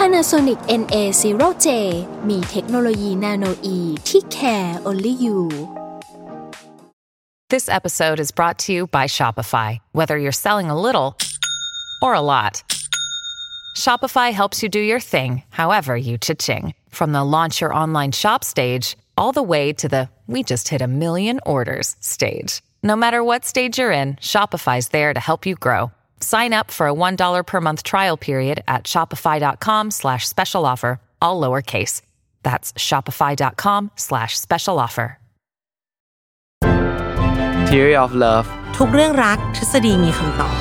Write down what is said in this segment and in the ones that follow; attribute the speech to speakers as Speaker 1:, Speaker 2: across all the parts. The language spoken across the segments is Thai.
Speaker 1: Panasonic NA0J มีเทคโนโลยีนาโนอีที่ care only you
Speaker 2: This episode is brought to you by Shopify. Whether you're selling a little or a lot, Shopify helps you do your thing, however you cha-ching. From the launch your online shop stage, all the way to the we just hit a million orders stage. No matter what stage you're in, Shopify's there to help you grow. Sign up for a $1 per month trial period at shopify.com slash special offer, all lowercase. That's shopify.com slash special offer.
Speaker 3: Theory of Love
Speaker 4: ทุกเรื่องรักทฤษฎีมีคำตอบ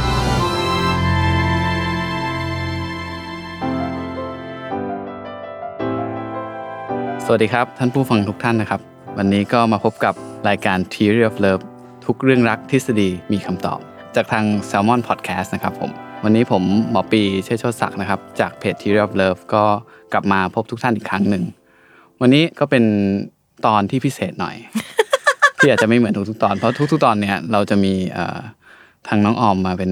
Speaker 3: สวัสดีครับ ท่านผู้ฟังทุกท่านนะครับ วันนี้ก็มาพบกับรายการ Theory of Love ทุกเรื่องรักทฤษฎีมีคำตอบ จากทาง Salmon Podcast นะครับผม วันนี้ผมหมอปีเชษโชติศักดิ์นะครับ จากเพจ Theory of Love ก็กลับมาพบทุกท่านอีกครั้งหนึ่ง วันนี้ก็เป็นตอนที่พิเศษหน่อย ที่อาจจะไม่เหมือนทุกๆตอน เพราะทุก ๆ ตอนเนี่ยเราจะมีเอ่อทางน้องออมมาเป็น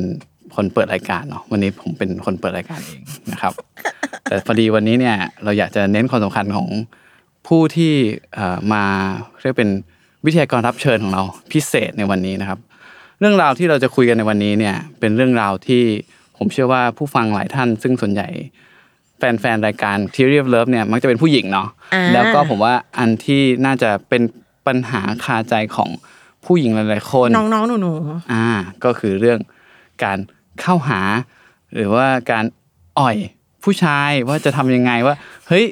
Speaker 3: คนเปิดรายการเนาะวันนี้ผมเป็นคนเปิดรายการเองนะครับ แต่พอดีวันนี้เนี่ยเราอยากจะเน้นความสำคัญของผู้ที่เอ่อมาเรียกเป็นวิทยากรรับเชิญของเราพิเศษในวันนี้นะครับ เรื่องราวที่เราจะคุยกันในวันนี้เนี่ยเป็นเรื่องราวที่ผมเชื่อว่าผู้ฟังหลายท่าน ซึ่งส่วนใหญ่ แฟนๆรายการ Theory of Love เนี่ยมักจะเป็นผู้หญิงเนาะ
Speaker 4: อ่า
Speaker 3: แล้วก็ผมว่าอันที่น่าจะเป็นปัญหาคาใจของผู้หญิงหลายๆคน
Speaker 4: น้องๆ หนู
Speaker 3: อ่าก็คือเรื่องการเข้าหา หรือว่าการอ่อยผู้ชายว่าจะทำยังไงว่าเฮ้ย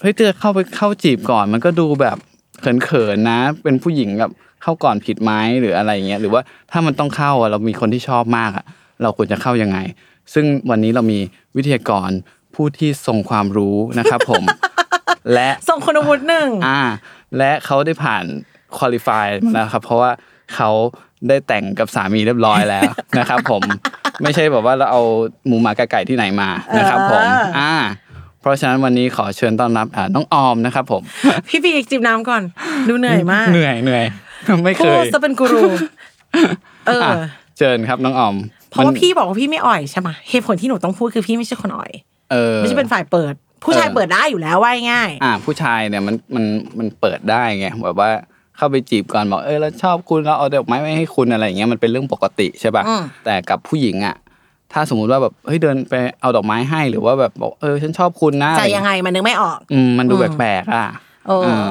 Speaker 3: เฮ้ยเธอเข้าไปเข้าจีบก่อน มันก็ดูแบบเขินๆนะ เป็นผู้หญิงแบบเข้าก่อนผิดไหมหรืออะไรอย่างเงี้ยหรือว่าถ้ามันต้องเข้าอะเรามีคนที่ชอบมากอะเราควรจะเข้ายังไง ซึ่งวันนี้เรามีวิทยากรผู้ที่ทรงความรู้นะครับผม และ
Speaker 4: ๆ ส่งคนอาวุธหนึ่ง
Speaker 3: อ่าและเขาได้ผ่านคุริฟายมาแล้วครับ เพราะว่าเขาได้แต่งกับสามีเรียบร้อย แล้ว นะครับผมไม่ใช่แบบว่าเราเอาหมูหมากระไก่ที่ไหนมานะครับผม
Speaker 4: เอออ่
Speaker 3: อ่าเพราะฉะนั้นวันนี้ขอเชิญต้อนรับอ่าน้องออมนะครับผม
Speaker 4: พี่บีจิบน้ำก่อน ดูเหนื่อยมาก
Speaker 3: เหนื่อยเหนื่อย ไม่เค
Speaker 4: พู
Speaker 3: ย
Speaker 4: ดจะเป็นกูรูเอออ
Speaker 3: อ่ะเชิญครับน้องออม
Speaker 4: เพราะว่า
Speaker 3: มัน
Speaker 4: พี่บอกว่าพี่ไม่อ่อยใช่ไหมเหตุผลที่หนูต้องพูดคือพี่ไม่ใช่คนอ่อย
Speaker 3: เออ
Speaker 4: ไม่ใช่เป็นฝ่ายเปิด ผู้ชาย
Speaker 3: เออ
Speaker 4: เปิดได้อยู่แล้วว่าง่าย
Speaker 3: อ่าผู้ชายเนี่ยมันมันมันเปิดได้ไงแบบว่าเข้าไปจีบก่อนบอกเออเราชอบคุณเราเอาดอกไม้ไม่ให้คุณอะไรอย่างเงี้ยมันเป็นเรื่องปกติใช่ป่ะแต่กับผู้หญิงอ่ะถ้าสมมุติว่าแบบเฮ้ยเดินไปเอาดอกไม้ให้หรือว่าแบบบอกเออฉันชอบคุณนะ
Speaker 4: ๆ
Speaker 3: อะ
Speaker 4: จะ
Speaker 3: ไร
Speaker 4: ยังไงมันนึกไม่ออก
Speaker 3: อืมมันดูแปลกๆอ่ะ
Speaker 4: โอ้
Speaker 3: า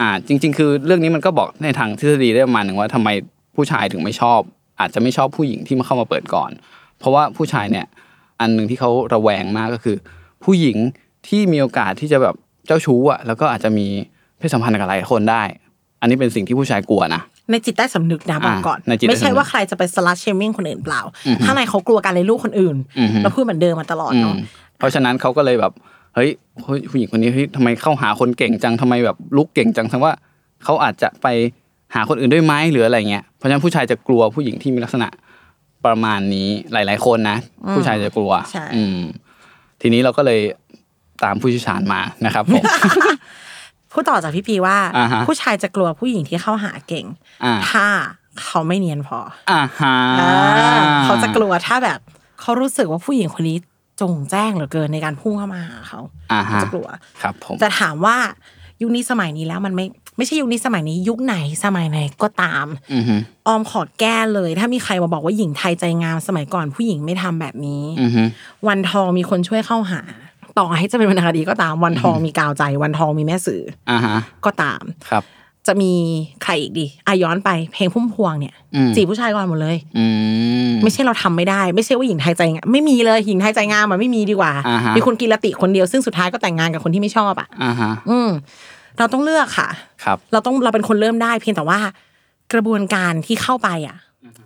Speaker 3: อ่า จริง ๆ คือเรื่องนี้มันก็บอกในทางทฤษฎีได้ประมาณหนึ่งว่าทำไมผู้ชายถึงไม่ชอบ อาจจะไม่ชอบผู้หญิงที่มาเข้ามาเปิดก่อน เพราะว่าผู้ชายเนี่ย อันหนึ่งที่เขาระแวงมากก็คือ ผู้หญิงที่มีโอกาสที่จะแบบเจ้าชู้อ่ะแล้วก็อาจจะมีเพศสัมพันธ์กับหลายคนได้ อันนี้เป็นสิ่งที่ผู้ชายกลัวนะ
Speaker 4: ในจิตใต้สำนึกนะบอกก่อน
Speaker 3: ในจิตใต้สำนึก
Speaker 4: ไม่ใช่ว่าใครจะไปสลัดเชมิ่งคนอื่นเปล่า ข้างในเขากลัวการเลยนลูกคนอื่น
Speaker 3: อือฮึ
Speaker 4: เราพูดเหมือนเดิมมาตลอด
Speaker 3: อืม
Speaker 4: เนาะ
Speaker 3: เพราะฉะนั้นเขาก็เลยแบบเฮ้ยเฮ้ยผู้หญิงคนนี้เฮ้ยทำไมเข้าหาคนเก่งจังทำไมแบบลุกเก่งจังทั้งว่าเขาอาจจะไปหาคนอื่นด้วยไหมหรืออะไรเงี้ยเพราะฉะนั้นผู้ชายจะกลัวผู้หญิงที่มีลักษณะประมาณนี้หลาย ๆ คนนะ ผู้ชายจะกลัว
Speaker 4: ใช่
Speaker 3: อืมทีนี้เราก็เลยตามผู้เชี่ยวชาญมานะครับผม
Speaker 4: พูดต่อจากพี่ปีว่า
Speaker 3: อ่าฮะ
Speaker 4: ผู้ชายจะกลัวผู้หญิงที่เข้าหาเก่ง
Speaker 3: อ่า
Speaker 4: ถ้าเขาไม่เนียนพอ
Speaker 3: อ่าฮะ
Speaker 4: อเขาจะกลัวถ้าแบบ เขารู้สึกว่าผู้หญิงคนนี้จงแจ้งเหลือเกินในการพุ่งเข้ามาหาเขา
Speaker 3: อ่า
Speaker 4: เขา
Speaker 3: ฮะ
Speaker 4: จะกลัว
Speaker 3: ครับผม
Speaker 4: จะถามว่ายุคนี้สมัยนี้แล้วมันไม่ไม่ใช่ยุคนี้สมัยนี้ ยุคไหนสมัยไหนก็ตาม
Speaker 3: อือฮึ
Speaker 4: ออมขอแก้เลย ถ้ามีใครมาบอกว่าหญิงไทยใจงามสมัยก่อนผู้หญิงไม่ทำแบบนี้
Speaker 3: อือฮึ
Speaker 4: วันทองมีคนช่วยเข้าหา ต่อให้จะเป็นวรรณคดีก็ตาม วันทองมีกาวใจ วันทองมีแม่สื่อ
Speaker 3: อ่าฮะ
Speaker 4: ก็ตาม
Speaker 3: ครับ
Speaker 4: จะมีใครอีกดีอ่ะย้อนไปเพลงพุ่มพวงเนี่ย
Speaker 3: อืม
Speaker 4: จีบผู้ชายก่อนหมดเลย
Speaker 3: อืม
Speaker 4: ไม่ใช่เราทำไม่ได้ ไม่ใช่ว่าหญิงไทยใจงามไม่มีเลยหญิงไทยใจงามมันไม่มีดีกว่า
Speaker 3: อ่าฮะ
Speaker 4: มีคนกินละติคนเดียวซึ่งสุดท้ายก็แต่งงานกับคนที่ไม่ชอบอ่ะ
Speaker 3: อ่าฮะ
Speaker 4: อืม เราต้องเลือกค่ะ
Speaker 3: ครับ
Speaker 4: เราต้องเราเป็นคนเริ่มได้ เพียงแต่ว่า กระบวนการที่เข้าไปอ่ะ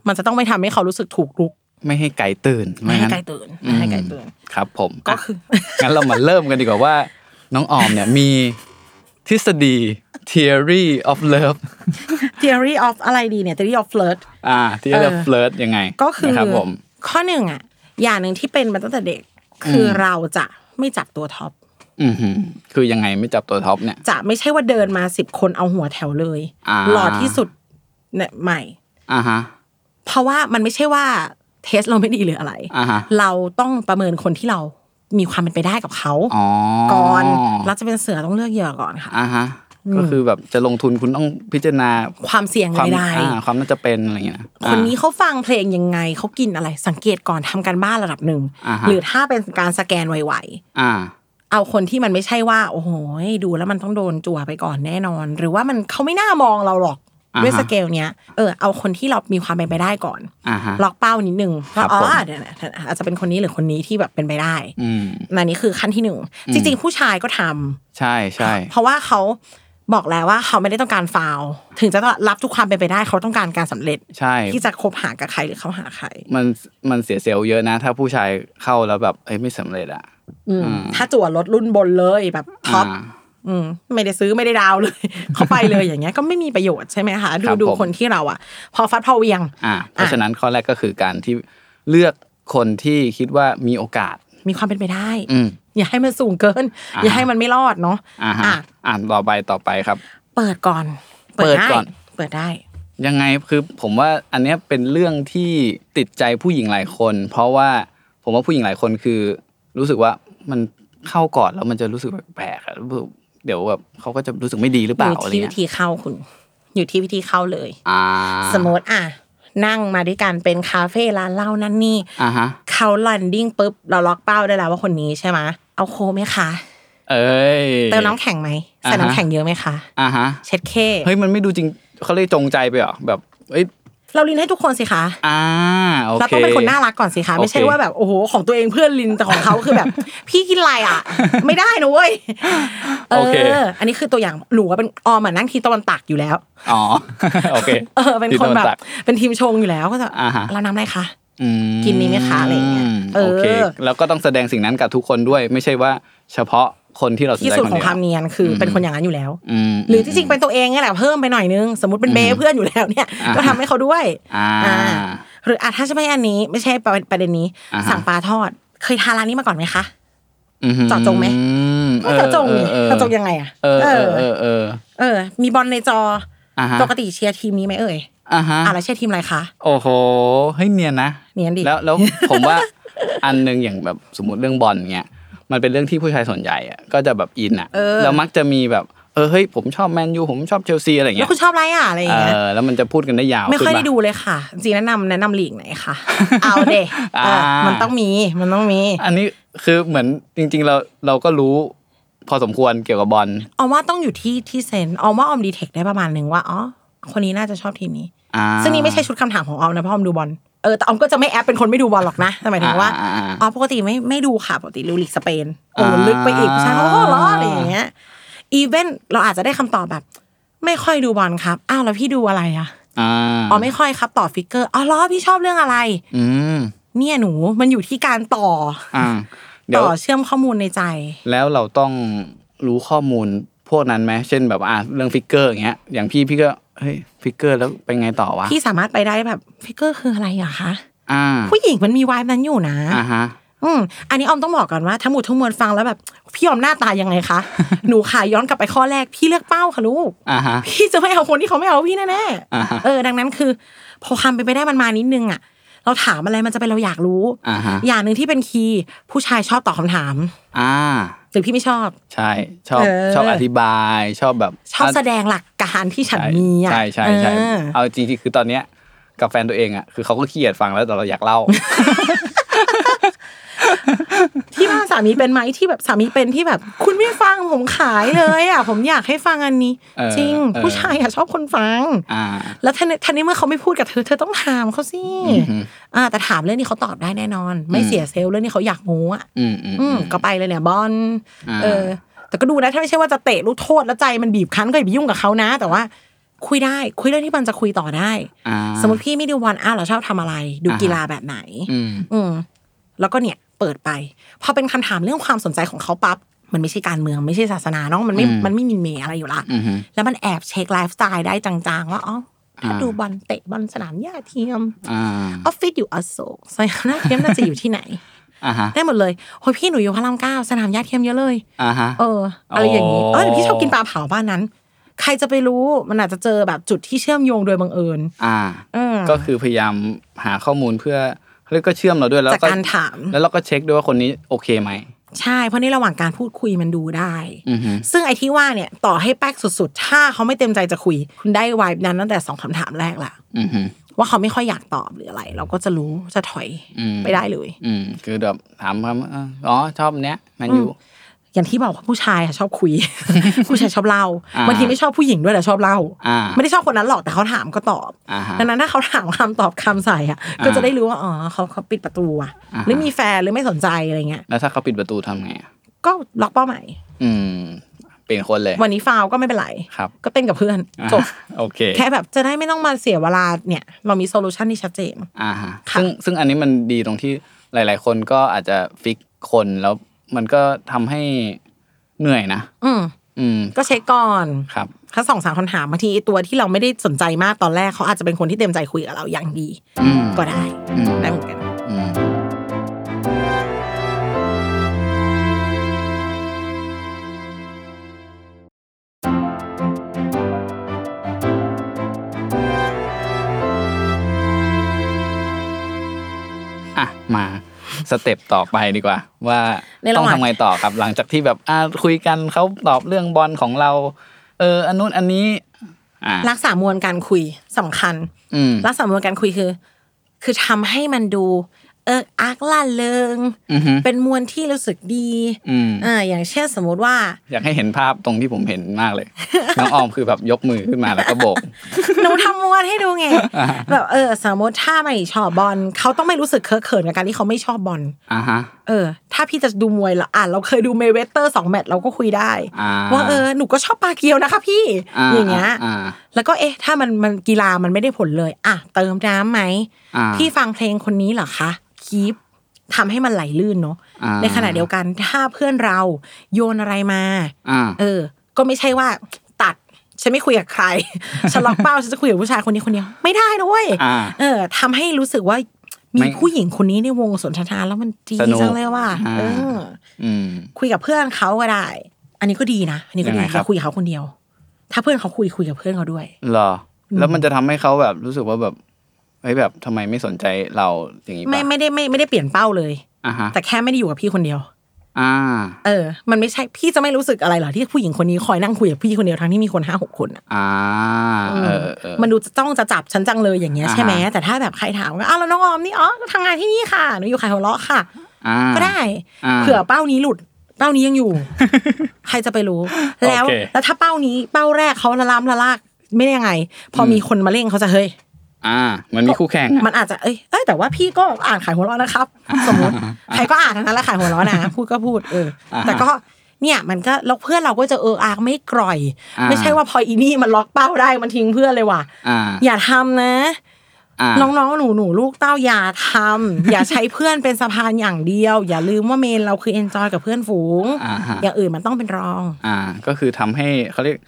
Speaker 4: มันจะต้องไม่ทำให้เขารู้สึกถูกลุก
Speaker 3: ไม่ให้ไก่ตื่น
Speaker 4: ไม่ให้
Speaker 3: งั้น
Speaker 4: ไกลตื่นไม่ให้ไกลตื่น
Speaker 3: ครับผม
Speaker 4: ก็คือ
Speaker 3: ะงั้นเรามาเริ่มกันดีกว่าว่า น้องออมเนี่ย มีทฤษฎี theory of love
Speaker 4: theory of อะไรดีเนี่ย theory of flirt
Speaker 3: อ่า theory of
Speaker 4: เออ
Speaker 3: flirt ยังไง
Speaker 4: ก็คือ
Speaker 3: นะครับผม
Speaker 4: ข้อหนึ่งอ่ะ อย่างหนึ่งที่เป็นมาตั้งแต่เด็ก คืออเราจะไม่จับตัวท็อป
Speaker 3: อือหือคือยังไงไม่จับตัวท็อปเนี่ย
Speaker 4: จะไม่ใช่ว่าเดินมาสิบคนเอาหัวแถวเลย
Speaker 3: อ่า
Speaker 4: หล่อที่สุดเนี่ยใหม่
Speaker 3: อ่าฮะ
Speaker 4: เพราะว่ามันไม่ใช่ว่าเทสเราไม่ดีหรืออะไร
Speaker 3: อ่าฮะ
Speaker 4: เราต้องประเมินคนที่เรามีความเป็นไปได้กับเขา
Speaker 3: อ๋อ
Speaker 4: ก่อนเราจะเป็นเสือต้องเลือกเหยื่อก่อนค่ะ
Speaker 3: อ่าฮะ ก็คือแบบจะลงทุนคุณต้องพิจารณา
Speaker 4: ความเสี่ยง
Speaker 3: ความ
Speaker 4: ไม่ได้
Speaker 3: อ่าความน่าจะเป็นอะไรอย่างเงี้ยะ
Speaker 4: คนนี้เขาฟังเพลงยังไงเขากินอะไร สังเกตก่อนทำการบ้านระดับหนึ่ง
Speaker 3: อ่าฮะ
Speaker 4: หรือถ้าเป็นการสแกนไว
Speaker 3: อ่า
Speaker 4: ๆ เอาคนที่มันไม่ใช่ว่า โอ้โหดูแล้วมันต้องโดนจั่วไปก่อนแน่นอน หรือว่ามันเขาไม่น่ามองเราหรอก
Speaker 3: อ่าฮะ
Speaker 4: ด้วยสเกลเนี้ยเออเอาคนที่เรามีความเป็นไปได้ก่อน
Speaker 3: อ่าฮะ
Speaker 4: ล็อกเป้านิดนึง
Speaker 3: ครั
Speaker 4: ว่า
Speaker 3: บ
Speaker 4: อ๋อ
Speaker 3: ผม
Speaker 4: เดี๋ยวนะอาจจะเป็นคนนี้หรือคนนี้ที่แบบเป็นไปได้
Speaker 3: อืม
Speaker 4: อันนี้คือขั้นที่หนึ่ง
Speaker 3: อืม
Speaker 4: จริง ๆ ผู้ชายก็ทำ
Speaker 3: ใช่ใช่
Speaker 4: เพราะว่าเขาบอกแล้วว่าเขาไม่ได้ต้องการฟาวล์ถึงจะต้องรับทุกความเป็นไปได้เขาต้องการการสำเร็จ
Speaker 3: ใช่
Speaker 4: ที่จะคบหากับใครหรือเขาหาใคร
Speaker 3: มันมันเสียเซลล์เยอะนะ ถ้าผู้ชายเข้าแล้วแบบเอ้ยไม่สำเร็จอ่ะ
Speaker 4: อืม
Speaker 3: อ่า
Speaker 4: ถ้าจั่วรถรุ่นบนเลยแบบท็อป
Speaker 3: อ่า
Speaker 4: อืมไม่ได้ซื้อไม่ได้ดาว เลย เขาไปเลยอย่างเงี้ยก็ไม่มีประโยชน์ใช่ไหมคะดู
Speaker 3: ครับ
Speaker 4: ดู
Speaker 3: ผม
Speaker 4: คนที่เราอ่ะ พอฟัดพอเหวียง
Speaker 3: อ่า เพราะ
Speaker 4: อ่ะ
Speaker 3: ฉะนั้นข้อแรกก็คือการที่เลือกคนที่คิดว่ามีโอกาส
Speaker 4: มีความเป็นไปได้
Speaker 3: อืม
Speaker 4: อย่าให้มันสูงเกิน
Speaker 3: อ่า
Speaker 4: อย่าให้มันไม่รอดเนาะ
Speaker 3: อ่าฮะ
Speaker 4: อ่ะ
Speaker 3: อ่าต่อไปต่อไปครับ
Speaker 4: เปิดก่อน
Speaker 3: เปิดก่อน
Speaker 4: เปิดได้
Speaker 3: ยังไงคือผมว่าอันเนี้ยเป็นเรื่องที่ติดใจผู้หญิงหลายคน เพราะว่าผมว่าผู้หญิงหลายคนคือ รู้สึกว่ามันเข้าก่อนแล้วมันจะรู้สึกแปลกๆอะรู้สึกเดี๋ยวแบบเขาก็จะรู้สึกไม่ดีหรือเป
Speaker 4: อ
Speaker 3: ล่า
Speaker 4: ยู่
Speaker 3: อะไร
Speaker 4: ที่วิ
Speaker 3: เงี้ย
Speaker 4: ธีเข้าคุณ อยู่ที่วิธีเข้าเลย
Speaker 3: อ่า
Speaker 4: สมมติอ่ะ นั่งมาด้วยกันเป็นคาเฟ่ร้านเหล้านั่นนี่
Speaker 3: อ่าฮะ
Speaker 4: เขาลันดิ้งปุ๊บเราล็อกเป้าได้แล้วว่าคนนี้ใช่ไหมยเอาโคกไหมคะ
Speaker 3: เอ้ย
Speaker 4: เติมน้ำแข็งไหมใส่
Speaker 3: อ่าฮะ
Speaker 4: น้ำแข็งเยอะไหมคะ
Speaker 3: อ่าฮะ
Speaker 4: เช็ดเค้
Speaker 3: เฮ้ยมันไม่ดูจริงเขาเลยกจงใจไปเหรอแบบเอ้ย
Speaker 4: เราลินให้ทุกคนสิคะ
Speaker 3: อ่าโอ
Speaker 4: เรา
Speaker 3: เค
Speaker 4: ต้องเป็นคนน่ารักก่อนสิคะ ไม่ใช่
Speaker 3: โอเค
Speaker 4: ว่าแบบโอ้โหของตัวเองเพื่อนลินแต่ของเขาคือแบบ พี่กินอะไรอ่ะ ไม่ได้นะเว้ยเอ
Speaker 3: โอเค
Speaker 4: อ อันนี้คือตัวอย่างหลูว่าเป็นออมอ่ะนั่งทีตะวันตกอยู่แล้ว
Speaker 3: อ๋อ โอเค
Speaker 4: เออเป็นคน
Speaker 3: ที่โด
Speaker 4: แบบ
Speaker 3: นตัก
Speaker 4: เป็นทีมชงอยู่แล้วก็จะ
Speaker 3: อ่าฮะ
Speaker 4: เราน้ำอะไรคะ
Speaker 3: อืม
Speaker 4: กินนี้ไหมคะอะไรอย่างเงี้ยเออ
Speaker 3: โอเค แล้วก็ต้องแสดงสิ่งนั้นกับทุกคนด้วย ไม่ใช่ว่าเฉพาะคนที่เราสน
Speaker 4: ที่
Speaker 3: ใจ
Speaker 4: สุด
Speaker 3: คน
Speaker 4: ของ
Speaker 3: เดีย
Speaker 4: ความ
Speaker 3: ว
Speaker 4: เนียนคืออ
Speaker 3: ม
Speaker 4: เป็นคนอย่างนั้นอยู่แล้ว
Speaker 3: อืม
Speaker 4: หรือที่จริงเป็นตัวเองนี่แหละเพิ่มไปหน่อยนึง สมมติเป็นเบย์เพื่อนอยู่แล้วเนี่ย
Speaker 3: อ่า
Speaker 4: ก็ทำให้เขาด้วย
Speaker 3: อ่า
Speaker 4: อ่าหรืออ่ะถ้าจะไม่อันนี้ไม่ใช่ประเด็นนี้
Speaker 3: อ่าฮะ
Speaker 4: สั่งปลาทอด เคยทานร้านนี้มาก่อนไหมคะ
Speaker 3: อือหือ
Speaker 4: เจาะจงไหม ไม่เจาะจงนี่
Speaker 3: เออ
Speaker 4: เจาะจงยังไงอ่ะ
Speaker 3: เออเออเอ
Speaker 4: เออ
Speaker 3: อเออ
Speaker 4: เออ มีบอลในจอ
Speaker 3: อ่าฮะ
Speaker 4: ปกติเชียร์ทีมนี้ไหมเอ่ย
Speaker 3: อ่าฮะ
Speaker 4: อ่ะแล้วเชียร์ทีมอะไรคะ
Speaker 3: โอ้โหเฮ้ยเนียนนะ
Speaker 4: เนียนดิ
Speaker 3: แล้ว แล้ว ผมว่าอันหนึงอย่างแบบสมมติเรื่องบอลเงี้ยมันเป็นเรื่องที่ผู้ชายส่วนใหญ่อะก็จะแบบอินอ่ะแล้วมักจะมีแบบเออเฮ้ยผมชอบแมนยูผมชอบเชลซีอะไร
Speaker 4: แล้
Speaker 3: เงี้
Speaker 4: วย คุณชอบอะไรอ่ะอะไรอ
Speaker 3: เอย่าง
Speaker 4: เงี้ย
Speaker 3: อแล้วมันจะพูดกันได้ยาว
Speaker 4: ไม่ค่อยได้
Speaker 3: ขึ้นปะ
Speaker 4: ดูเลยค่ะ จีแนะนำแนะนำหลีกไหน คะ เอาเดะเออ
Speaker 3: อ่ามั
Speaker 4: มันต้องมีมันต้องมี
Speaker 3: อันนี้คือเหมือนจริง ๆ เราเราก็รู้ พอสมควรเกี่ยวกับบอล
Speaker 4: ออมว่าต้องอยู่ที่ที่เซนส์ออมว่าออมดีเทคได้ประมาณหนึ่งว่าอ๋อคนนี้น่าจะชอบทีมนี้
Speaker 3: อ่า
Speaker 4: ซึ่งนี่ไม่ใช่ชุดคำถามของออมนะเพราะออมดูบอลเออแต่ออมก็จะไม่แอปเป็นคนไม่ดูบอลหรอกนะแต่หมายถึงว่า
Speaker 3: อ่าอ่าอ่า
Speaker 4: อ๋อปกติไม่ไม่ดูค่ะปกติดูลีกสเปนโอ้
Speaker 3: อ่า
Speaker 4: ลึกไปอีกผู้ชายเขาก็ล้ออะไรอย่างเงี้ยอีเวนเราอาจจะได้คำตอบแบบ ไม่ค่อยดูบอลครับอ้าวแล้วพี่ดูอะไรอะ
Speaker 3: อ่า
Speaker 4: อ๋อไม่ค่อยครับต่อฟิกเกอร์อ๋อล้อพี่ชอบเรื่องอะไร
Speaker 3: อืม
Speaker 4: เนี่ยหนูมันอยู่ที่การต่อ
Speaker 3: อ่าเดี๋ยว
Speaker 4: ต่อเชื่อมข้อมูลในใจ
Speaker 3: แล้วเราต้องรู้ข้อมูลพวกนั้นไหมเช่นแบบอ่ะเรื่องฟิกเกอร์อย่างเงี้ยอย่างพี่พี่ก็เฮ้ยฟิกเกอร์แล้วเป็นไงต่อวะ
Speaker 4: พี่สามารถไปได้แบบฟิกเกอร์คืออะไรอะคะ
Speaker 3: อ่า
Speaker 4: ผู้หญิงมันมีวายนั้นอยู่นะ
Speaker 3: อ่าฮะ
Speaker 4: อืมอันนี้ออมต้องบอกก่อนว่าทั้งหมดทั้งมวลฟังแล้วแบบ พี่ออมหน้าตายังไงคะ หนูขาย้อนกลับไปข้อแรก พี่เลือกเป้าค่ะลูก
Speaker 3: อ่าฮะ
Speaker 4: พี่จะไม่เอาคนที่เขาไม่เอาพี่แน่
Speaker 3: อ่าฮะ
Speaker 4: ๆเออ ดังนั้นคือ พอคำไปนไปได้มันมานิดนึงอะเราถามอะไรมันจะเป็นเราอยากรู้
Speaker 3: อ่าฮะ
Speaker 4: อย่างหนึ่งที่เป็นคีย์ผู้ชายชอบตอบคำถาม
Speaker 3: อ่า
Speaker 4: หรือพี่ไม่ชอบ
Speaker 3: ใช่ชอบ
Speaker 4: เออ
Speaker 3: ชอบอธิบายชอบแบบ
Speaker 4: ชอบแสดงหลักการที่ฉันมีอะ
Speaker 3: ใช่ใช่ใช่
Speaker 4: เออ
Speaker 3: เอาจริงๆคือตอนเนี้ยกับแฟนตัวเองอ่ะคือเขาก็ขี้เกียจฟังแล้วแต่เราอยาก เล่า
Speaker 4: ที่บ้านสามีเป็นไหมที่แบบสามีเป็นที่แบบ คุณไม่ฟังผมขายเลยอ่ะ ผมอยากให้ฟังอันนี้
Speaker 3: เออ
Speaker 4: จริง
Speaker 3: เออ
Speaker 4: ผู้ชายอ่ะชอบคนฟัง
Speaker 3: อ่า
Speaker 4: แล้วท่านท่านนี้เมื่อเขาไม่พูดกับเธอเธอต้องถามเขาสิอ่า แต่ถามเรื่องนี้เขาตอบได้แน่นอน ไม่เสียเซลล์เรื่องนี้เขาอยากงูอ่ะ
Speaker 3: อืมอืม
Speaker 4: อื
Speaker 3: อื
Speaker 4: ม
Speaker 3: ม
Speaker 4: ก็ไปเลยเนี่ยบอล
Speaker 3: อ่า
Speaker 4: เออ แต่ก็ดูนะถ้าไม่ใช่ว่าจะเตะลูกโทษแล้วใจมันบีบคั้นก็อย่าไปยุ่งกับเขานะ แต่ว่า คุยได้คุยเรื่องที่มันจะคุยต่อได้
Speaker 3: อ่า
Speaker 4: สมมติพี่ไม่ดูบอลอ้าวเราชอบทำอะไร ดู
Speaker 3: อ่าฮะ
Speaker 4: กีฬาแบบไหน
Speaker 3: อืม
Speaker 4: อืมแล้วก็เนี่ยเปิดไป พอเป็นคำถามเรื่องความสนใจของเขาปั๊บ มันไม่ใช่การเมืองไม่ใช่ศาสนาเนาะมันไม่
Speaker 3: อืม
Speaker 4: มันไม่มีเมอะไรอยู่ละ
Speaker 3: อือฮึ
Speaker 4: แล้วมันแอบเช็คไลฟ์สไตล์ได้จางๆ ว่าอ๋อถ้า
Speaker 3: อ่า
Speaker 4: ดูบอลเตะบอลสนามหญ้าเทียม
Speaker 3: อ่า
Speaker 4: ออฟฟิศอยู่อโศก สนามหญ้าเทียมน่าจะอยู่ที่ไหน
Speaker 3: อ่าฮะ
Speaker 4: ได้หมดเลยโอ้ยพี่หนูอยู่พระรามเก้าสนามหญ้าเทียมเยอะเลย
Speaker 3: อ่าฮะ
Speaker 4: เอออะไรอย่างนี้
Speaker 3: อ๋อ
Speaker 4: เออแต่พี่ชอบกินปลาเผาบ้านนั้น ใครจะไปรู้มันอาจจะเจอแบบจุดที่เชื่อมโยงโดยบังเอิญ
Speaker 3: อ่า
Speaker 4: เออ
Speaker 3: ก็คือพยายามหาข้อมูลเพื่อเขาเรียกก็เชื่อมเราด้วยแล้ว
Speaker 4: จาก
Speaker 3: ก็
Speaker 4: การถาม
Speaker 3: แล้วเราก็เช็คด้วยว่าคนนี้โอเคไหม
Speaker 4: ใช่เพราะนี่ระหว่างการพูดคุยมันดูได้
Speaker 3: อือฮึ
Speaker 4: ซึ่งไอ้ที่ว่าเนี่ยต่อให้แป๊กสุด ๆ ถ้าเขาไม่เต็มใจจะคุย คุณได้วายนั้นตั้งแต่สองคำถามแรกละ
Speaker 3: อือฮึ
Speaker 4: ว่าเขาไม่ค่อยอยากตอบหรืออะไร เราก็จะรู้จะถอย
Speaker 3: อืม
Speaker 4: ไปได้เลย
Speaker 3: อืมคือแบบถามคำเอ่ออ๋อชอบเนี้ยแมนยู
Speaker 4: อย่างที่บอกว่าผู้ชายอะชอบคุ ย ผู้ชายชอบเล่า
Speaker 3: อ่า
Speaker 4: บางทีไม่ชอบผู้หญิงด้วยแต่ชอบเล่า
Speaker 3: อ่า
Speaker 4: ไม่ได้ชอบคนนั้นหรอกแต่เขาถามก็ตอบ
Speaker 3: อ่าฮะ
Speaker 4: ดังนั้นถ้าเขาถามคำตอบคำใส่อะก็จะได้รู้ว่าอ๋อเขาเขาปิดประตูอะ
Speaker 3: อ่าฮะ
Speaker 4: หรือมีแฟนหรือไม่สนใจอะไรเงี้ย
Speaker 3: แล้วถ้าเขาปิดประตูทำไงอะ
Speaker 4: ก็ล็อกเป้าหมาย
Speaker 3: อืม เปลี่ยนคนเลย
Speaker 4: วันนี้ฟาวก็ไม่เป็นไร
Speaker 3: ครับ
Speaker 4: ก็เต้นกับเพื่อน
Speaker 3: อ่า
Speaker 4: จบ
Speaker 3: โอเค
Speaker 4: แค่แบบจะได้ไม่ต้องมาเสียเวลาเนี่ย เรามีโซลูชันที่ชัดเจน
Speaker 3: อ่าฮะ
Speaker 4: ค่ะ
Speaker 3: ซึ่งซึ่งอันนี้มันดีตรงที่หลาย ๆ คนก็อาจจะฟิกคนแล้วมันก็ทำให้เหนื่อยนะ
Speaker 4: อืม
Speaker 3: อืม
Speaker 4: ก็เช็คก่อน
Speaker 3: ครับ
Speaker 4: ถ้าสองสามคำถามบางทีไอ้ตัวที่เราไม่ได้สนใจมากตอนแรกเขาอาจจะเป็นคนที่เต็มใจคุยกับเราอย่างดี
Speaker 3: อืม
Speaker 4: ก็ได้
Speaker 3: อืม
Speaker 4: ได้เหมือนกัน
Speaker 3: อืมอ่ะมาสเต็ปต่อไปดีกว่า ว่า
Speaker 4: ในระ
Speaker 3: ต้อ
Speaker 4: ห
Speaker 3: ง
Speaker 4: ว่าง
Speaker 3: ทำไงต่อครับ หลังจากที่แบบอ่ะคุยกันเขาตอบเรื่องบอลของเรา เออ อันนู้นอันนี้ อ่ะ
Speaker 4: รักษามวลการคุยสำคัญ
Speaker 3: อืม
Speaker 4: รักษามวลการคุยคือ คือทำให้มันดู เอออาร์กล่าเริง
Speaker 3: อือฮึ
Speaker 4: เป็นมวลที่รู้สึกดี
Speaker 3: อืม
Speaker 4: อ่าอย่างเช่นสมมุติว่า
Speaker 3: อยากให้เห็นภาพตรงที่ผมเห็นมากเลย น้องออมคือแบบยกมือขึ้นมาแล้วก็โบ ก
Speaker 4: หนูทำมวลให้ดูไงแบบเออ สมมติถ้าไม่ชอบบอลเขาต้องไม่รู้สึกเคอะเขินกับการที่เขาไม่ชอบบอล
Speaker 3: อ่าฮะ
Speaker 4: เออ ถ้าพี่จะดูมวยเหรออ่านเราเคยดูเมเวเตอร์สองแมตช์เราก็คุยได้
Speaker 3: อ่า
Speaker 4: ว่าเออหนูก็ชอบปาเกียวนะคะพี่
Speaker 3: อ่า
Speaker 4: อย่างเงี้ย
Speaker 3: อ่าอ่า
Speaker 4: แล้วก็เอ๊ะ ถ้ามันมันกีฬามันไม่ได้ผลเลย อ่ะ เติมน้ำไหม
Speaker 3: อ่า
Speaker 4: พี่ฟังเพลงคนนี้เหรอคะคีปทำให้มันไหลลื่นเนาะ
Speaker 3: อ่า
Speaker 4: ในขณะเดียวกันถ้าเพื่อนเราโยนอะไรมา
Speaker 3: อ่า
Speaker 4: เออ ก็ไม่ใช่ว่าตัด ฉันไม่คุยกับใคร ฉันล็อกเป้าฉันจะคุยกับผู้ชายคนนี้คนเดียวไม่ได้นะเว้ย
Speaker 3: อ่า
Speaker 4: เออทำให้รู้สึกว่า
Speaker 3: ไม่
Speaker 4: มีผู้หญิงคนนี้ในวงสนทนาแล้วมันดี
Speaker 3: สนุก
Speaker 4: จังเลยว่า
Speaker 3: อ่า
Speaker 4: เออ
Speaker 3: อืม
Speaker 4: คุยกับเพื่อนเขาก็ได้ อันนี้ก็ดีนะอันนี้ก็ดี
Speaker 3: ยังไง
Speaker 4: อ
Speaker 3: ครับ
Speaker 4: ย่าคุยกับเขาคนเดียว ถ้าเพื่อนเขาคุยคุยกับเพื่อนเขาด้วย
Speaker 3: เหรอ แล้วมันจะทำให้เขาแบบรู้สึกว่าแบบเฮ้ยแบบทำไมไม่สนใจเราอย่างนี้ปะ
Speaker 4: ไม่ไม่ได้ไม่ไม่ได้เปลี่ยนเป้าเลย
Speaker 3: อ่าฮะ
Speaker 4: แต่แค่ไม่ได้อยู่กับพี่คนเดียว
Speaker 3: อ่า
Speaker 4: เออ มันไม่ใช่พี่จะไม่รู้สึกอะไรเหรอที่ผู้หญิงคนนี้คอยนั่งคุยกับพี่คนเดียวทั้งที่มีคนห้าหกคนอะ
Speaker 3: อ่า เออเออ
Speaker 4: มันดูจะต้องจะจับฉันจังเลยอย่างเงี้ยใช่ไหม
Speaker 3: อ่า
Speaker 4: แต่ถ้าแบบใครถามก็อ้าวแล้วน้องออมนี่อ๋อทำงานที่นี่ค่ะหนูอยู่ขายหัวเราะค่ะ
Speaker 3: อ่า
Speaker 4: ก็ได้
Speaker 3: อ่า
Speaker 4: เผื่อเป้านี้หลุด เป้านี้ยังอยู่ ใครจะไปรู้ แล้ว
Speaker 3: โอเค
Speaker 4: แล้วถ้าเป้านี้เป้าแรกเขาละล้ำละลากไม่ได้ยังไง พออ
Speaker 3: ม
Speaker 4: มีคนมาเร่งเขาจะเฮ้ย
Speaker 3: อ่า มันมีคู่แข่งอะ
Speaker 4: มันอาจจะเอ้ยเอ้ยแต่ว่าพี่ก็อ่านขายหัวเร้อน นะครับ สมมติใครก็อ่านทั้งนั้นแหละขายหัวเร้อนนะ พูดก็พูดเอออา
Speaker 3: ฮะ
Speaker 4: แต่ก็เนี่ยมันก็แล้วเพื่อนเราก็จะเอออากไม่กร่อย
Speaker 3: อ่า
Speaker 4: ไม่ใช่ว่าพออีนี่มันล็อกเป้าได้มันทิ้งเพื่อนเลยว่ะ
Speaker 3: อ่า
Speaker 4: อย่าทำนะ
Speaker 3: อ่า
Speaker 4: น้องๆ หนูหนูๆลูกเต้าอย่าทำ อย่าใช้เพื่อนเป็นสะพานอย่างเดียว อย่าลืมว่าเมนเราคือเอนจอยกับเพื่อนฝูง
Speaker 3: อ่าฮะ
Speaker 4: อย่างอื่นมันต้องเป็นรอง
Speaker 3: อ่า ก็คือทำให้เขาเรียก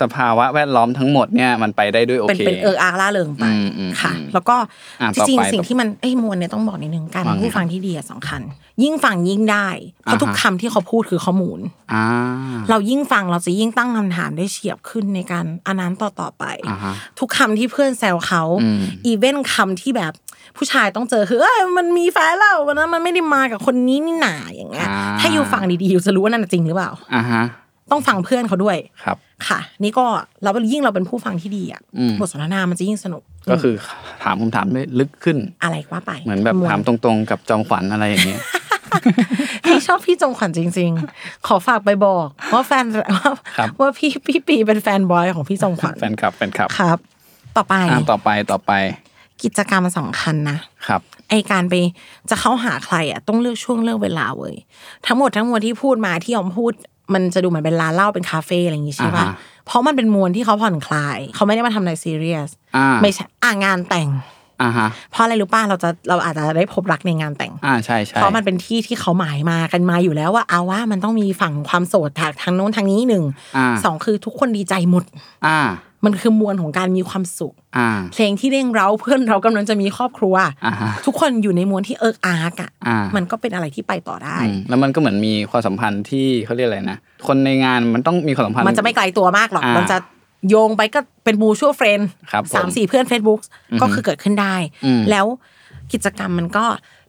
Speaker 3: สภาวะแวดล้อมทั้งหมดเนี่ยมันไปได้ด้วยโอ
Speaker 4: เป็น
Speaker 3: เค
Speaker 4: เป็นเอออาร์ล่าเริงไป
Speaker 3: อืมอืม
Speaker 4: ค่ะ
Speaker 3: อืม
Speaker 4: แล้วก็
Speaker 3: อ่ะ
Speaker 4: จริง
Speaker 3: ต่อไป
Speaker 4: ๆสิ่งที่มันเอ้ยมวลเนี่ยต้องบอกนิดนึงการเป็น
Speaker 3: ว่าไง
Speaker 4: ผู้ฟังที่ดีอะสำคัญ ยิ่งฟังยิ่งได้เพราะ
Speaker 3: อ่าฮะ
Speaker 4: ทุกคำที่เขาพูดคือข้อมูล
Speaker 3: อ่า
Speaker 4: เรายิ่งฟังเราจะยิ่งตั้งคำถามได้เฉียบขึ้นในการอนนันต่อต่อๆไป
Speaker 3: อ่าฮะ
Speaker 4: ทุกคำที่เพื่อนแซวเขา
Speaker 3: อืม
Speaker 4: อีเวนคำที่แบบผู้ชายต้องเจอคือเอ้ยมันมีแฟนแล้ววันนั้นมันไม่ได้มากับคนนี้นี่หนาอย่างเงี้ย ถ้าอยู่ฟังดีๆอยู่จะรู้ว่านั่นนะจริงหรือเปล่า
Speaker 3: อ่าฮะ
Speaker 4: ต้องฟังเพื่อนเขาด้วย
Speaker 3: ครับ
Speaker 4: ค่ะ นี่ก็เรายิ่งเราเป็นผู้ฟังที่ดีอ่ะ
Speaker 3: อืม
Speaker 4: บทสนทนามันจะยิ่งสนุก
Speaker 3: ก็คือถามคำถามได้ลึกขึ้น
Speaker 4: อะไรว่าไป
Speaker 3: เหมือนแบบถามตรงๆ กับจอมขวัญอะไรอย่างเงี้ย
Speaker 4: พี่ชอบพี่จงขวัญจริง ๆ ขอฝากไปบอกว่าแฟนว่า
Speaker 3: ครับ
Speaker 4: ว่าพี่พี่ปีเป็นแฟนบอยของพี่จงขวัญ
Speaker 3: แฟนคลับแฟนคลับ
Speaker 4: ครับ ต่อไป
Speaker 3: อ่าต่อไปต่อไป
Speaker 4: กิจกรรมสำคัญนะ
Speaker 3: ครับ
Speaker 4: ไอการไปจะเข้าหาใครอ่ะต้องเลือกช่วงเลือกเวลาเว้ยทั้งหมดทั้งมวลที่พูดมาที่ออมพูด มันจะดูเหมือนเป็นร้านเหล้าเป็นคาเฟ่อะไรอย่างงี้ใช่ป่ะ
Speaker 3: อ่าฮะ
Speaker 4: เพราะมันเป็นมวลที่เขาผ่อนคลาย เขาไม่ได้มาทำอะไรซีเรียส
Speaker 3: อ่า
Speaker 4: ไม่ใช่อ่างานแต่ง
Speaker 3: อ่าฮะ
Speaker 4: เพราะอะไรรู้ป้าเราจะเราอาจจะได้พบรักในงานแต่ง
Speaker 3: อ่าใช่ใช่
Speaker 4: เพราะมันเป็นที่ที่เขาหมายมากันมาอยู่แล้วว่าเอาว่ามันต้องมีฝั่งความโสดทางทางโน้นทางนี้หนึ่ง
Speaker 3: อ่า
Speaker 4: สองคือทุกคนดีใจหมด
Speaker 3: อ่า
Speaker 4: มันคือมวลของการมีความสุข
Speaker 3: อ่า
Speaker 4: เพลงที่เร่งเร้าเพื่อนเรากำลังจะมีครอบครัว
Speaker 3: อ่าฮะ
Speaker 4: ทุกคนอยู่ในมวลที่เอิกอาร์กอ่ะ
Speaker 3: อ่า
Speaker 4: มันก็เป็นอะไรที่ไปต่อได้
Speaker 3: อืมแล้วมันก็เหมือนมีความสัมพันธ์ที่เขาเรียกอะไรนะ คนในงานมันต้องมีความสัมพันธ์
Speaker 4: มันจะไม่ไกลตัวมากหรอก
Speaker 3: อ่ามั
Speaker 4: มันจะโยงไปก็เป็นมูชั่วเฟรน
Speaker 3: ครับผม
Speaker 4: สามสี่เพื่อน Facebook ก็คือเกิดขึ้นได้
Speaker 3: อืม
Speaker 4: แล้วกิจกรรมมันก็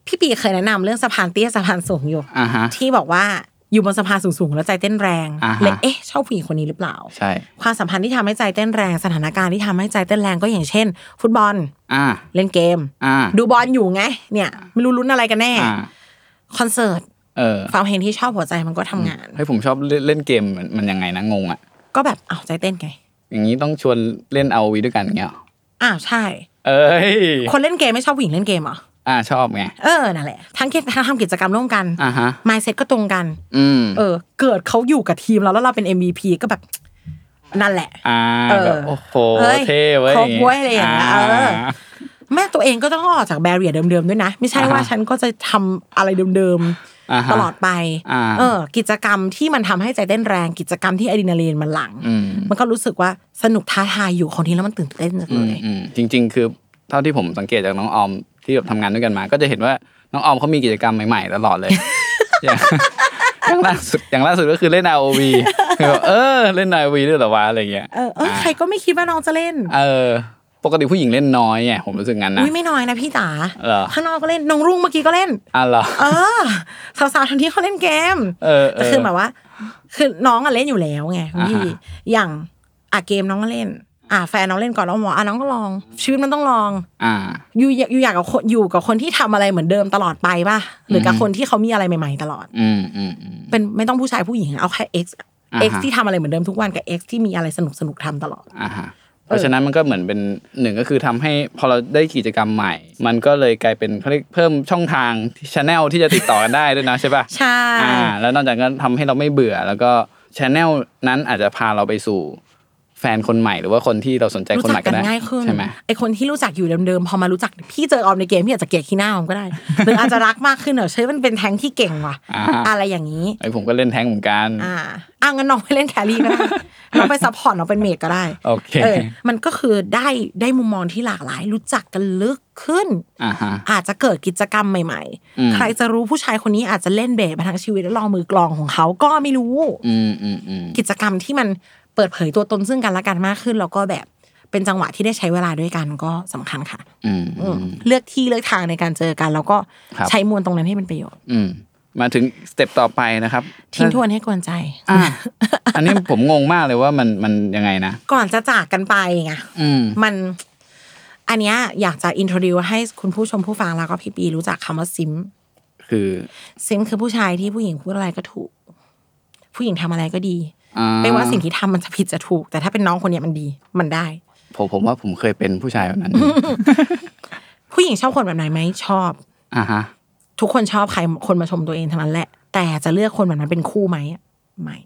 Speaker 4: พี่ปีเคยแนะนำเรื่องสะพานเตี้ยสะพานสูงอยู่
Speaker 3: อ่าฮะ
Speaker 4: ที่บอกว่าอยู่บนสะพานสูงๆ แล้วใจเต้นแรง
Speaker 3: อ่าฮะ
Speaker 4: เลยเอ๊ะชอบผู้หญิงคนนี้หรือเปล่า
Speaker 3: ใช่
Speaker 4: ความสัมพันธ์ที่ทำให้ใจเต้นแรงสถานการณ์ที่ทำให้ใจเต้นแรงก็อย่างเช่น ฟุตบอล
Speaker 3: อ่า
Speaker 4: เล่นเกม
Speaker 3: อ่า
Speaker 4: ดูบอลอยู่ไง เนี่ยไม่รู้ลุ้นอะไรกันแน่
Speaker 3: อ่า
Speaker 4: คอนเสิร์ต
Speaker 3: เออ
Speaker 4: ฟังเพลงที่ชอบหัวใจมันก็ทำงาน
Speaker 3: ให้ยผมชอบเล่นเล่นเกมมันมันยังไงนะงงอ่ะ
Speaker 4: ก็แบบเอาวใจเต้นไง
Speaker 3: อย่างนี้ต้องชวนเล่นเอาวีด้วยกันอย่างเงี้ยหรอ
Speaker 4: อ้าวใช่
Speaker 3: เอ้ย
Speaker 4: คนเล่นเกมไม่ชอบผู้หญิงเล่นเกมเหรอ
Speaker 3: อ่าชอบไง
Speaker 4: เออ นั่นแหละ ทั้งเกมทั้งทำกิจกรรมร่วมกัน
Speaker 3: อ่าฮะ
Speaker 4: mindset ก็ตรงกัน
Speaker 3: อืม
Speaker 4: เออ เกิดเขาอยู่กับทีมเราแล้วเราเป็น MVP ก็แบบ นั่นแหละ
Speaker 3: อ่า
Speaker 4: เออ
Speaker 3: แบบโอ้โห
Speaker 4: เอ้ย
Speaker 3: เท่เว้ย
Speaker 4: ครบเว้ยอะไรอย่างเงี้ย
Speaker 3: า
Speaker 4: เออ แม่ตัวเองก็ต้องออกจากแบเรียเดิมๆด้วยนะ ไม่ใช่ว่า
Speaker 3: อ่าฮะ
Speaker 4: ฉันก็จะทำอะไรเดิม
Speaker 3: อ่า
Speaker 4: ๆ
Speaker 3: ฮะ
Speaker 4: ตลอดไป
Speaker 3: อ่า
Speaker 4: เออ กิจกรรมที่มันทำให้ใจเต้นแรง กิจกรรมที่อะดรีนาลีนมันหลัง
Speaker 3: อืม
Speaker 4: มันก็รู้สึกว่าสนุกท้าทายอยู่ของทีแล้วมันตื่นเต้นจัง
Speaker 3: อื
Speaker 4: เล
Speaker 3: ม
Speaker 4: ย
Speaker 3: อืมจริง ๆ คือเท่าที่ผมสังเกตจากน้องออมที่แบบทำงานด้วยกันมา ก็จะเห็นว่าน้องออมเขามีกิจกรรมใหม่ๆตลอด เลย อย่าง อย่างล่าสุดอย่างล่าสุดก็คือเล่น ROV คือแบบเออเล่น ROV ด้วยเหรอวะอะไรเงี้ย
Speaker 4: เออเออใครก็ไม่คิดว่าน้องจะเล่น
Speaker 3: เออ ปกติผู้หญิงเล่นน้อยไงผมรู้สึกงั้นนะ
Speaker 4: อุ้ยไม่น้อยนะพี่จ๋า
Speaker 3: เหรอ
Speaker 4: ข้างนอกก็เล่นน้องรุ่งเมื่อกี้ก็เล่น
Speaker 3: อ่ะเหรอ
Speaker 4: เออ สาวๆทันทีเขาเล่นเกม
Speaker 3: เออเ
Speaker 4: แต่คือแบบว่า คือน้องอะเล่นอยู่แล้วไง
Speaker 3: อ่าฮะ
Speaker 4: พี่อย่างอ่ะเกมน้องก็เล่น อ่ะแฟนน้องเล่นก่อนน้องบอกอ่ะน้องก็ลอง ชีวิตมันต้องลอง
Speaker 3: อ่า
Speaker 4: อยู่อยากอยู่อยากกับคนอยู่กับคนที่ทำอะไรเหมือนเดิมตลอดไปป่ะหรือกับ
Speaker 3: อืม
Speaker 4: คนที่เขามีอะไรใหม่ๆตลอด
Speaker 3: อืมอืมอืม
Speaker 4: เป็นไม่ต้องผู้ชายผู้หญิงเอาแค่ x
Speaker 3: อ่า
Speaker 4: x
Speaker 3: ฮะ
Speaker 4: ที่ทำอะไรเหมือนเดิมทุกวันกับ x ที่มีอะไรสนุกสนุกๆทำตลอด
Speaker 3: อ่าฮะเพราะฉะนั้นมันก็เหมือนเป็นหนึ่งก็คือทำให้พอเราได้กิจกรรมใหม่ มันก็เลยกลายเป็นเขาเรียกเพิ่มช่องทางชแนลที่จะติดต่อกันได้ด้วยนะใช่ปะ
Speaker 4: ใช่
Speaker 3: อ่าแล้วนอกจากนั้นทำให้เราไม่เบื่อ แล้วก็ชแนลนั้นอาจจะพาเราไปสู่ แฟนคนใหม่หรือว่าคนที่เราสนใจ
Speaker 4: รู้
Speaker 3: คน
Speaker 4: จั
Speaker 3: ให
Speaker 4: ก
Speaker 3: ม่ก็
Speaker 4: กัน
Speaker 3: ได้
Speaker 4: ง่ายขึ้น
Speaker 3: ใช่ไหม
Speaker 4: ไอคนที่รู้จักอยู่เดิมๆพอมารู้จักพี่เจอออมในเกมพี่อาจจะเกลียดขี้หน้าออมก็ได้ หรืออาจจะรักมากขึ้นเหรอใช่มันเป็นแทงที่เก่งว่ะ
Speaker 3: อ่าฮะ
Speaker 4: อะไรอย่างนี้
Speaker 3: ไอยผมก็เล่นแท้งเหมือนกัน
Speaker 4: อ่าอ่ะงั้นน้องไปเล่นแครี่ก็ ได้ น้องไปซัพพอร์ตน้องเป็นเมดก็ได้
Speaker 3: โอเค
Speaker 4: เออมันก็คือได้ได้มุมมองที่หลากหลาย รู้จักกันลึกขึ้น
Speaker 3: อ่าฮะ
Speaker 4: อาจจะเกิดกิจกรรมใหม่
Speaker 3: อืม
Speaker 4: ๆ ใครจะรู้ผู้ชายคนนี้อาจจะเล่นเบสมาทั้งชีวิตแล้วลองมือกลองของเขาก็ไม่รู้
Speaker 3: อืมอืมอืม
Speaker 4: กิจกรรมที่มันเปิดเผยตัวตนซึ่งกันและกันมากขึ้น แล้วก็แบบเป็นจังหวะที่ได้ใช้เวลาด้วยกันก็สำคัญค่ะ
Speaker 3: อืม
Speaker 4: อื
Speaker 3: อื
Speaker 4: ม
Speaker 3: ม
Speaker 4: เลือกที่เลือกทางในการเจอกัน แล้วก็
Speaker 3: ครับ
Speaker 4: ใช้มวลตรงนั้นให้เป็นประโยชน์
Speaker 3: อืมมาถึงสเต็ปต่อไปนะครับ
Speaker 4: ทิ้งทวนให้กวนใจ
Speaker 3: อ่าอันนี้ผมงงมากเลยว่ามันมันยังไงนะ
Speaker 4: ก่อนจะจากกันไปไง
Speaker 3: อืม
Speaker 4: มันอันเนี้ยอยากจะอินโทรดิวให้คุณผู้ชมผู้ฟังแล้วก็พี่ปีรู้จักคำว่าซิม
Speaker 3: คือ
Speaker 4: ซิมคือผู้ชายที่ผู้หญิงพูดอะไรก็ถูก ผู้หญิงทำอะไรก็ดี
Speaker 3: อ่
Speaker 4: ไม่ว่าสิ่งที่ทำมันจะผิดจะถูก แต่ถ้าเป็นน้องคนเนี้ยมันดี มันได้
Speaker 3: ผมผมว่าผมเคยเป็นผู้ชายแบบนั้น
Speaker 4: ผู้หญิงชอบคนแบบไหนไหมชอบ
Speaker 3: อ่าฮะ
Speaker 4: ทุกคนชอบใครคนมาชมตัวเองเท่านั้นแหละ แต่จะเลือกคนแบบนั้นเป็นคู่ไหมไม่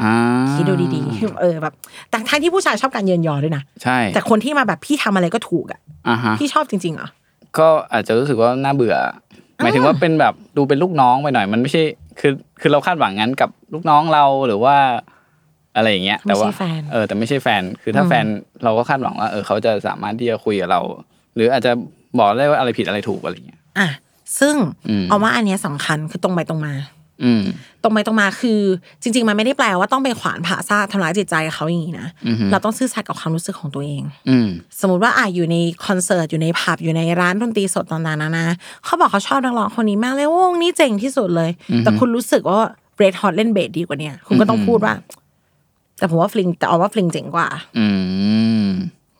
Speaker 3: อ่า
Speaker 4: คิดดูดีๆ เออแบบแต่ทั้งที่ผู้ชายชอบการเยินยอด้วยนะ
Speaker 3: ใช่
Speaker 4: แต่คนที่มาแบบพี่ทำอะไรก็ถูกอ่ะ
Speaker 3: อ่าฮะ
Speaker 4: พี่ชอบจริงๆเหรอ
Speaker 3: ก็อาจจะรู้สึกว่าน่าเบื่อ หมายถึงว่าเป็นแบบดูเป็นลูกน้องไปหน่อย มันไม่ใช่คือคือเราคาดหวังงั้นกับลูกน้องเราหรือว่า อะไรอย่างเงี้ย แต่ว่า
Speaker 4: ไม่ใช่แฟน
Speaker 3: เออแต่ไม่ใช่แฟน คือถ้าแฟนเราก็คาดหวังว่าเออเขาจะสามารถที่จะคุยกับเรา หรืออาจจะบอกได้ว่าอะไรผิดอะไรถูกอะไรอย่างเงี้ย
Speaker 4: อ่ะซึ่ง
Speaker 3: อืม
Speaker 4: เอาว่าอันเนี้ยสำคัญคือตรงไปตรงมา
Speaker 3: อืม
Speaker 4: ตรงไปตรงมาคือจริง ๆ มันไม่ได้แปลว่าต้องไปขวานผ่าซากทำร้ายจิตใจเขาอย่างนี้นะ
Speaker 3: อือฮึ
Speaker 4: เราต้องซื่อสัตย์กับความรู้สึกของตัวเอง
Speaker 3: อืม
Speaker 4: สมมติว่าอ่ะอยู่ในคอนเสิร์ตอยู่ในผับอยู่ในร้านดนตรีสดต่างๆนานาเขาบอกเขาชอบนักร้องคนนี้มากเลยวงนี้เจ๋งที่สุดเลย แต่คุณรู้สึกว่าเรดฮอตเล่นเบสดีกว่าเนี่ยคุณก็ต้องพูดว่า แต่ผมว่าฟลิงแต่เอาว่าฟลิงเจ๋งกว่า
Speaker 3: อืม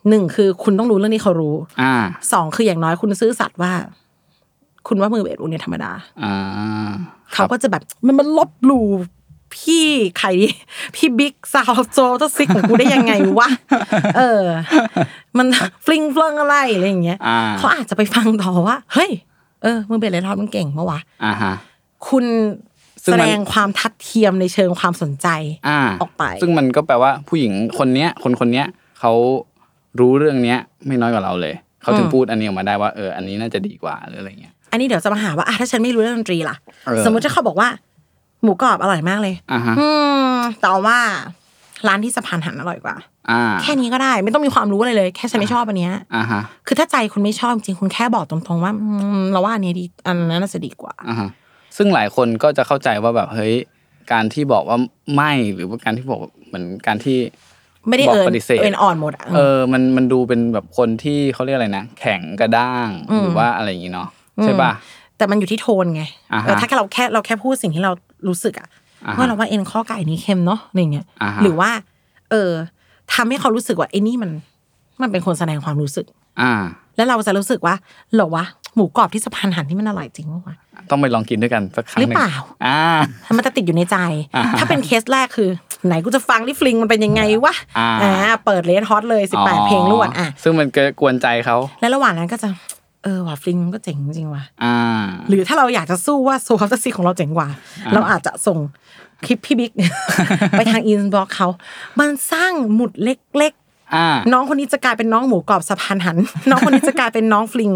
Speaker 4: หนึ่งคือคุณต้องรู้เรื่องที่เขารู้
Speaker 3: อ่า
Speaker 4: สองคืออย่างน้อยคุณซื่อสัตย์ว่า คุณว่ามือเบสวงเนี้ธรรมดา
Speaker 3: อ่า
Speaker 4: เขาก็จะแบบมันมันลบหลู่พี่ใคร ดิพี่บิ๊กสาวโจทซิกของกูได้ยังไงวะ เออ มัน ฟลิงเฟลิงอะไรอะไรอย่างเงี้ย
Speaker 3: อ่า
Speaker 4: เขาอาจจะไปฟังต่อว่า เฮ้ย เออมึงเป็นอะไรทอดมันเก่งมาวะ
Speaker 3: อ่าฮะ
Speaker 4: คุณ
Speaker 3: ซึ่
Speaker 4: แส
Speaker 3: งมัน
Speaker 4: ดงความทัดเทียมในเชิงความสนใจ
Speaker 3: อ่า
Speaker 4: ออกไป
Speaker 3: ซึ่งมันก็แปลว่าผู้หญิงคนเนี้ย คนคนเนี้ยเขารู้เรื่องเนี้ย ไม่น้อยกว่าเราเลย เขาถึงพูดอันนี้ออกมาได้ว่าเอออันนี้น่าจะดีกว่าหรืออะไรเงี้ย
Speaker 4: อันนี้เดี๋ยวจะมาหาว่าอ่ะถ้าฉันไม่รู้เรื่องดนตรีล่ะ
Speaker 3: เออ
Speaker 4: สมมุติถ้าเขาบอกว่า หมูกรอบอร่อยมากเลย
Speaker 3: อ่าฮะ
Speaker 4: อืมแต่ว่าร้านที่สะพานหันอร่อยกว่า
Speaker 3: อ่า
Speaker 4: แค่นี้ก็ได้ไม่ต้องมีความรู้อะไรเลย แค่ฉันไม่ชอบอันเนี้ย
Speaker 3: อ่าฮะ
Speaker 4: คือถ้าใจคุณไม่ชอบจริงๆคุณแค่บอกตรงๆว่าอืมเราว่าอันเนี้ยดีอันนั้นน่าจะดีกว่า
Speaker 3: อ่าฮะซึ่งหลายคนก็จะเข้าใจว่าแบบเฮ้ยการที่บอกว่าไม่หรือว่าการที่บอกเหมือนการที่
Speaker 4: ไม่ได้
Speaker 3: บอก
Speaker 4: เอิน
Speaker 3: ปฏิเสธ
Speaker 4: เอินอ่อนหมดอ่ะ
Speaker 3: เออมันมันดูเป็นแบบคนที่เขาเรียกอะไรนะ แข็งกระด้าง หรือว่าอะไรอย่างงี้เนาะใช่ป่ะ
Speaker 4: แต่มันอยู่ที่โทนไง
Speaker 3: อ่าฮะ
Speaker 4: เออถ้าแค่เราแค่เราแค่พูดสิ่งที่เรารู้สึกอ่ะ
Speaker 3: อ่าฮะ
Speaker 4: ว่าเราว่าเอ็นข้อไก่นี้เค็มเนาะอะไรเงี้ย
Speaker 3: อ่าฮะ
Speaker 4: หรือว่า เออทำให้เขารู้สึกว่าไอ้นี่มัน มันเป็นคนแสดงความรู้สึก
Speaker 3: อ่า
Speaker 4: แล้วเราจะรู้สึกว่าเหรอวะหมูกรอบที่สะพานหันที่มันอร่อยจริงปะวะ
Speaker 3: ต้องไปลองกินด้วยกันสักครั้งนึ่ง
Speaker 4: หรือเปล่า
Speaker 3: อ่า
Speaker 4: มันจะติดอยู่ในใจ
Speaker 3: อ่า
Speaker 4: ถ้าเป็นเคสแรกคือ ไหนกูจะฟังลิฟลิงมันเป็นยังไงวะ
Speaker 3: อ่า
Speaker 4: เปิดเลนฮอตเลย18เพลงรวดอ่ะ
Speaker 3: ซึ่งมันก็กวนใจเขา
Speaker 4: แล้วระหว่างนั้นก็จะ เออว่ะฟลิงมันก็เจ๋งจริงว่ะ
Speaker 3: อ่า
Speaker 4: หรือถ้าเราอยากจะสู้ว่าโซฟต์ซีของเราเจ๋งกว่า เราอาจจะส่งคลิปพี่บิ๊ก ไปทางอินบ็อกเขา มันสร้างหมุดเล็ก
Speaker 3: อ่า
Speaker 4: ๆ น้องคนนี้จะกลายเป็นน้องหมูกรอบสะพานหัน น้องคนนี้จะกลายเป็นน้องฟลิง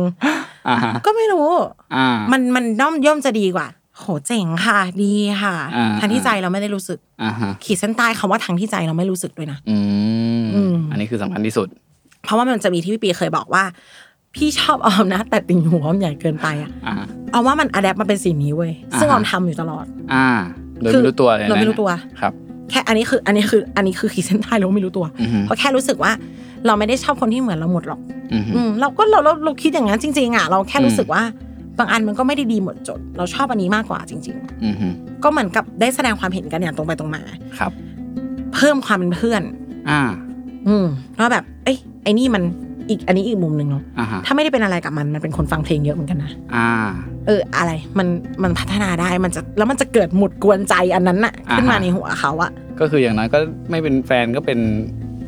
Speaker 3: อ่าฮะ
Speaker 4: ก็ไม่รู้
Speaker 3: อ่า
Speaker 4: มันมันย่อมย่อมจะดีกว่า โหเจ๋งค่ะ ดีค่ะ
Speaker 3: อ่า
Speaker 4: ทางที่ใจเราไม่ได้รู้สึก
Speaker 3: อ่าฮะ
Speaker 4: ขีดเส้นใต้คำว่าทางที่ใจเราไม่รู้สึกด้วยนะ
Speaker 3: อืมอันนี้คือสำคัญที่สุด
Speaker 4: เพราะว่ามันจะมีที่พี่ปีเคยบอกว่า พี่ชอบออมนะ แต่ติ่งหัวออมใหญ่เกินไปอะ
Speaker 3: อ่า
Speaker 4: เอาว่ามันอัดแอปมาเป็นสีนี้เว้ย
Speaker 3: อ่าฮะ
Speaker 4: ซึ่งออมทำอยู่ตลอด
Speaker 3: อ่า โดยไม่รู้ตัวเลยนะ
Speaker 4: โดยไม่รู้ตัว
Speaker 3: ครับ
Speaker 4: แค่อันนี้คืออันนี้คืออันนี้คือขีดเส้นใต้เราไม่รู้ตัว
Speaker 3: อือฮึ
Speaker 4: เพราะแค่รู้สึกว่าเราไม่ได้ชอบคนที่เหมือนเราหมดหรอก
Speaker 3: อืม
Speaker 4: อืมเราก็เราเราเราคิดอย่างนั้นจริงๆอะเราแค่รู้สึกว่าบางอันมันก็ไม่ได้ดีหมดจด เราชอบอันนี้มากกว่าจริง
Speaker 3: อืม
Speaker 4: ๆ ก็เหมือนกับได้แสดงความเห็นกันอย่างตรงไปตรงมา
Speaker 3: ครับ
Speaker 4: เพิ่มความเป็นเพื่อน
Speaker 3: อ่า
Speaker 4: อืมว่าแบบ เอ้ยไอ้นี่มันอีกอันนี้อีกมุมหนึ่งเนาะ
Speaker 3: อ่าฮะ
Speaker 4: ถ้าไม่ได้เป็นอะไรกับมันมันเป็นคนฟังเพลงเยอะเหมือนกันนะ
Speaker 3: อ่า
Speaker 4: เอออะไรมันมันพัฒนาได้มันจะแล้วมันจะเกิดหมุดกวนใจอันนั้นน่ะ
Speaker 3: อ่าฮะ
Speaker 4: ขึ้นมาในหัวเขาอะ
Speaker 3: ก็คืออย่างน้อยก็ไม่เป็นแฟนก็เป็น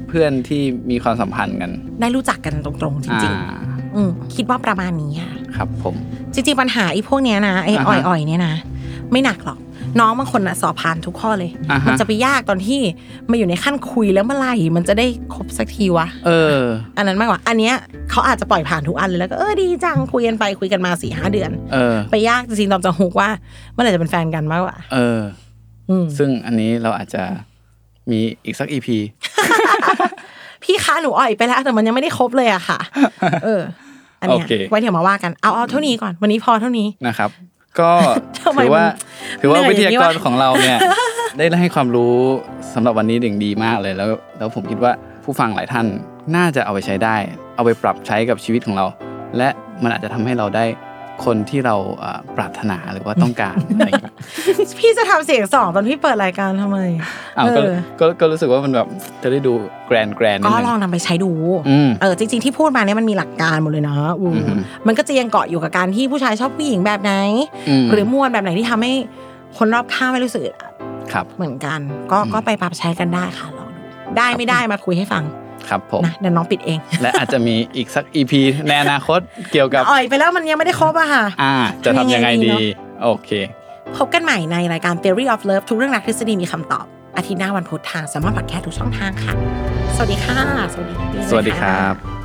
Speaker 3: เพื่อนที่มีความสัมพันธ์กัน
Speaker 4: ได้รู้จักกันตรงๆ จ
Speaker 3: อ่า
Speaker 4: ริงๆอืมคิดว่าประมาณนี้อะ
Speaker 3: ครับผม
Speaker 4: จริงๆปัญหาไอ้พวกเนี้ยนะไอ้
Speaker 3: อ่า
Speaker 4: อ่
Speaker 3: ฮะ
Speaker 4: อยๆเนี่ยนะไม่หนักหรอก น้องบางคนอะสอบผ่านทุกข้อเลย
Speaker 3: อ่าฮะ
Speaker 4: มัจะไปยากตอนที่มาอยู่ในขั้นคุยแล้วเมื่อไหร่มันจะได้ครบสักทีวะ
Speaker 3: เออ
Speaker 4: อันนั้นมากกว่า อันเนี้ยเขาอาจจะปล่อยผ่านทุกอันเลยแล้วก็เออดีจังคุยกันไปคุยกันมาสี่ห้าเดือน
Speaker 3: เออ
Speaker 4: ไปยากจริงๆตอมจะฮุกว่าเมื่อไหร่จะเป็นแฟนกันมากกว่า
Speaker 3: เออ
Speaker 4: อืม
Speaker 3: ซึ่งอันนี้เราอาจจะมีอีกสักอีพี
Speaker 4: พี่คะหนูอ่อยไปแล้วแต่มันยังไม่ได้ครบเลยอะ ค่ะ เออ อันเนี้ย
Speaker 3: โอเค
Speaker 4: ไว้เดี๋ยวมาว่ากันเอาเอาเท่านี้ก่อนวันนี้พอเท่า นี้
Speaker 3: นะครับ ก็
Speaker 4: ทำไม
Speaker 3: ถือว่า
Speaker 4: มัน
Speaker 3: ถือว่า
Speaker 4: เหนื่อย
Speaker 3: วิทยา
Speaker 4: อย่างนี้
Speaker 3: ก
Speaker 4: วะ
Speaker 3: รของเราเนี่ย ได้ให้ความรู้สำหรับวันนี้อย่างดีมากเลยแล้ว แล้วผมคิดว่าผู้ฟังหลายท่านน่าจะเอาไปใช้ได้ เอาไปปรับใช้กับชีวิตของเรา และมันอาจจะทำให้เราได้คนที่เราเอ่อปรารถนาหรือว่าต้องการ อะไรอย่างเงี้ย
Speaker 4: พี่จะทำเสียงสองตอนพี่เปิดรายการทำไม
Speaker 3: อ้าว ก็
Speaker 4: เออ
Speaker 3: ก็ก็รู้สึกว่ามันแบบจะได้ดูแกรนแกรนนิด
Speaker 4: ก็
Speaker 3: นึง
Speaker 4: ลองนำไปใช้ดู
Speaker 3: อืม
Speaker 4: เออจริง ๆที่พูดมาเนี่ยมันมีหลักการหมดเลยเนาะอืม
Speaker 3: อือหือ
Speaker 4: มันก็จะยังเกาะอยู่กับการที่ผู้ชายชอบผู้หญิงแบบไหน
Speaker 3: ม
Speaker 4: หรือมวลแบบไหนที่ทำให้คนรอบข้างไม่รู้สึกอึดอัด
Speaker 3: ครับ
Speaker 4: เหมือนกัน ก็ก็ไปปรับใช้กันได้ค่ะลองดูได้ไม่ได้มาคุยให้ฟัง
Speaker 3: ครับผม
Speaker 4: นะเดี๋ยวน้องปิดเอง
Speaker 3: และอาจจะมีอีกสักอีพีในอนาคตเกี่ยวกับ
Speaker 4: อ่อยไปแล้วมันยังไม่ได้ครบอะค่ะ
Speaker 3: อ่า จะทำยังไง
Speaker 4: ทำยังไงดี
Speaker 3: ดี
Speaker 4: เนอะ
Speaker 3: โอเค
Speaker 4: พบกันใหม่ในรายการ Theory of Love ทุกเรื่องรักทฤษฎีมีคำตอบ อาทิตย์หน้าวันพุธทางสามารถพอดแคสต์ทุกช่องทางค่ะ สวัสดีค่ะ สวัสดีพี่เป้
Speaker 3: สวัสดี
Speaker 4: นะะ
Speaker 3: ครับ